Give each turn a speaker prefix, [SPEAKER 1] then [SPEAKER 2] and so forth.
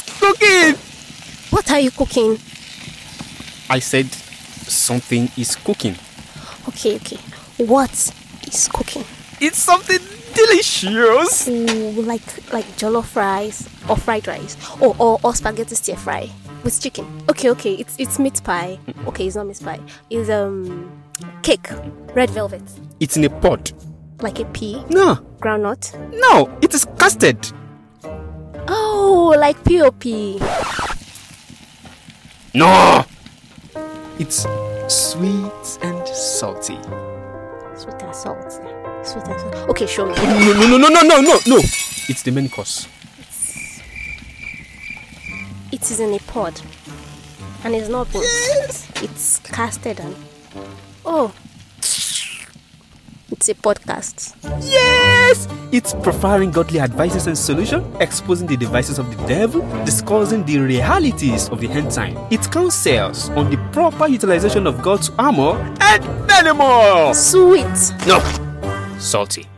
[SPEAKER 1] cooking?
[SPEAKER 2] What are you cooking?
[SPEAKER 1] I said something is cooking.
[SPEAKER 2] Okay, okay. What is cooking?
[SPEAKER 1] It's something delicious.
[SPEAKER 2] Ooh, like like jollof rice or fried rice or or, or spaghetti stir fry with chicken. Okay, okay. It's it's meat pie. Okay, it's not meat pie. It's um cake, red velvet,
[SPEAKER 1] It's in a pot.
[SPEAKER 2] like a pea,
[SPEAKER 1] No,
[SPEAKER 2] groundnut.
[SPEAKER 1] no, it is custard.
[SPEAKER 2] Oh, like pop.
[SPEAKER 1] No! It's sweet and salty.
[SPEAKER 2] Sweet and salt. Sweet and salt. Okay, show me.
[SPEAKER 1] No, no, no, no, no, no, no, no! It's the main course.
[SPEAKER 2] It is in a pod, and it's not pot. It's casted and oh, it's a podcast.
[SPEAKER 1] Yes! It's preferring godly advices and solution, exposing the devices of the devil, discussing the realities of the end time. It counsels on the proper utilization of God's armor and many more!
[SPEAKER 2] Sweet.
[SPEAKER 1] No! Salty.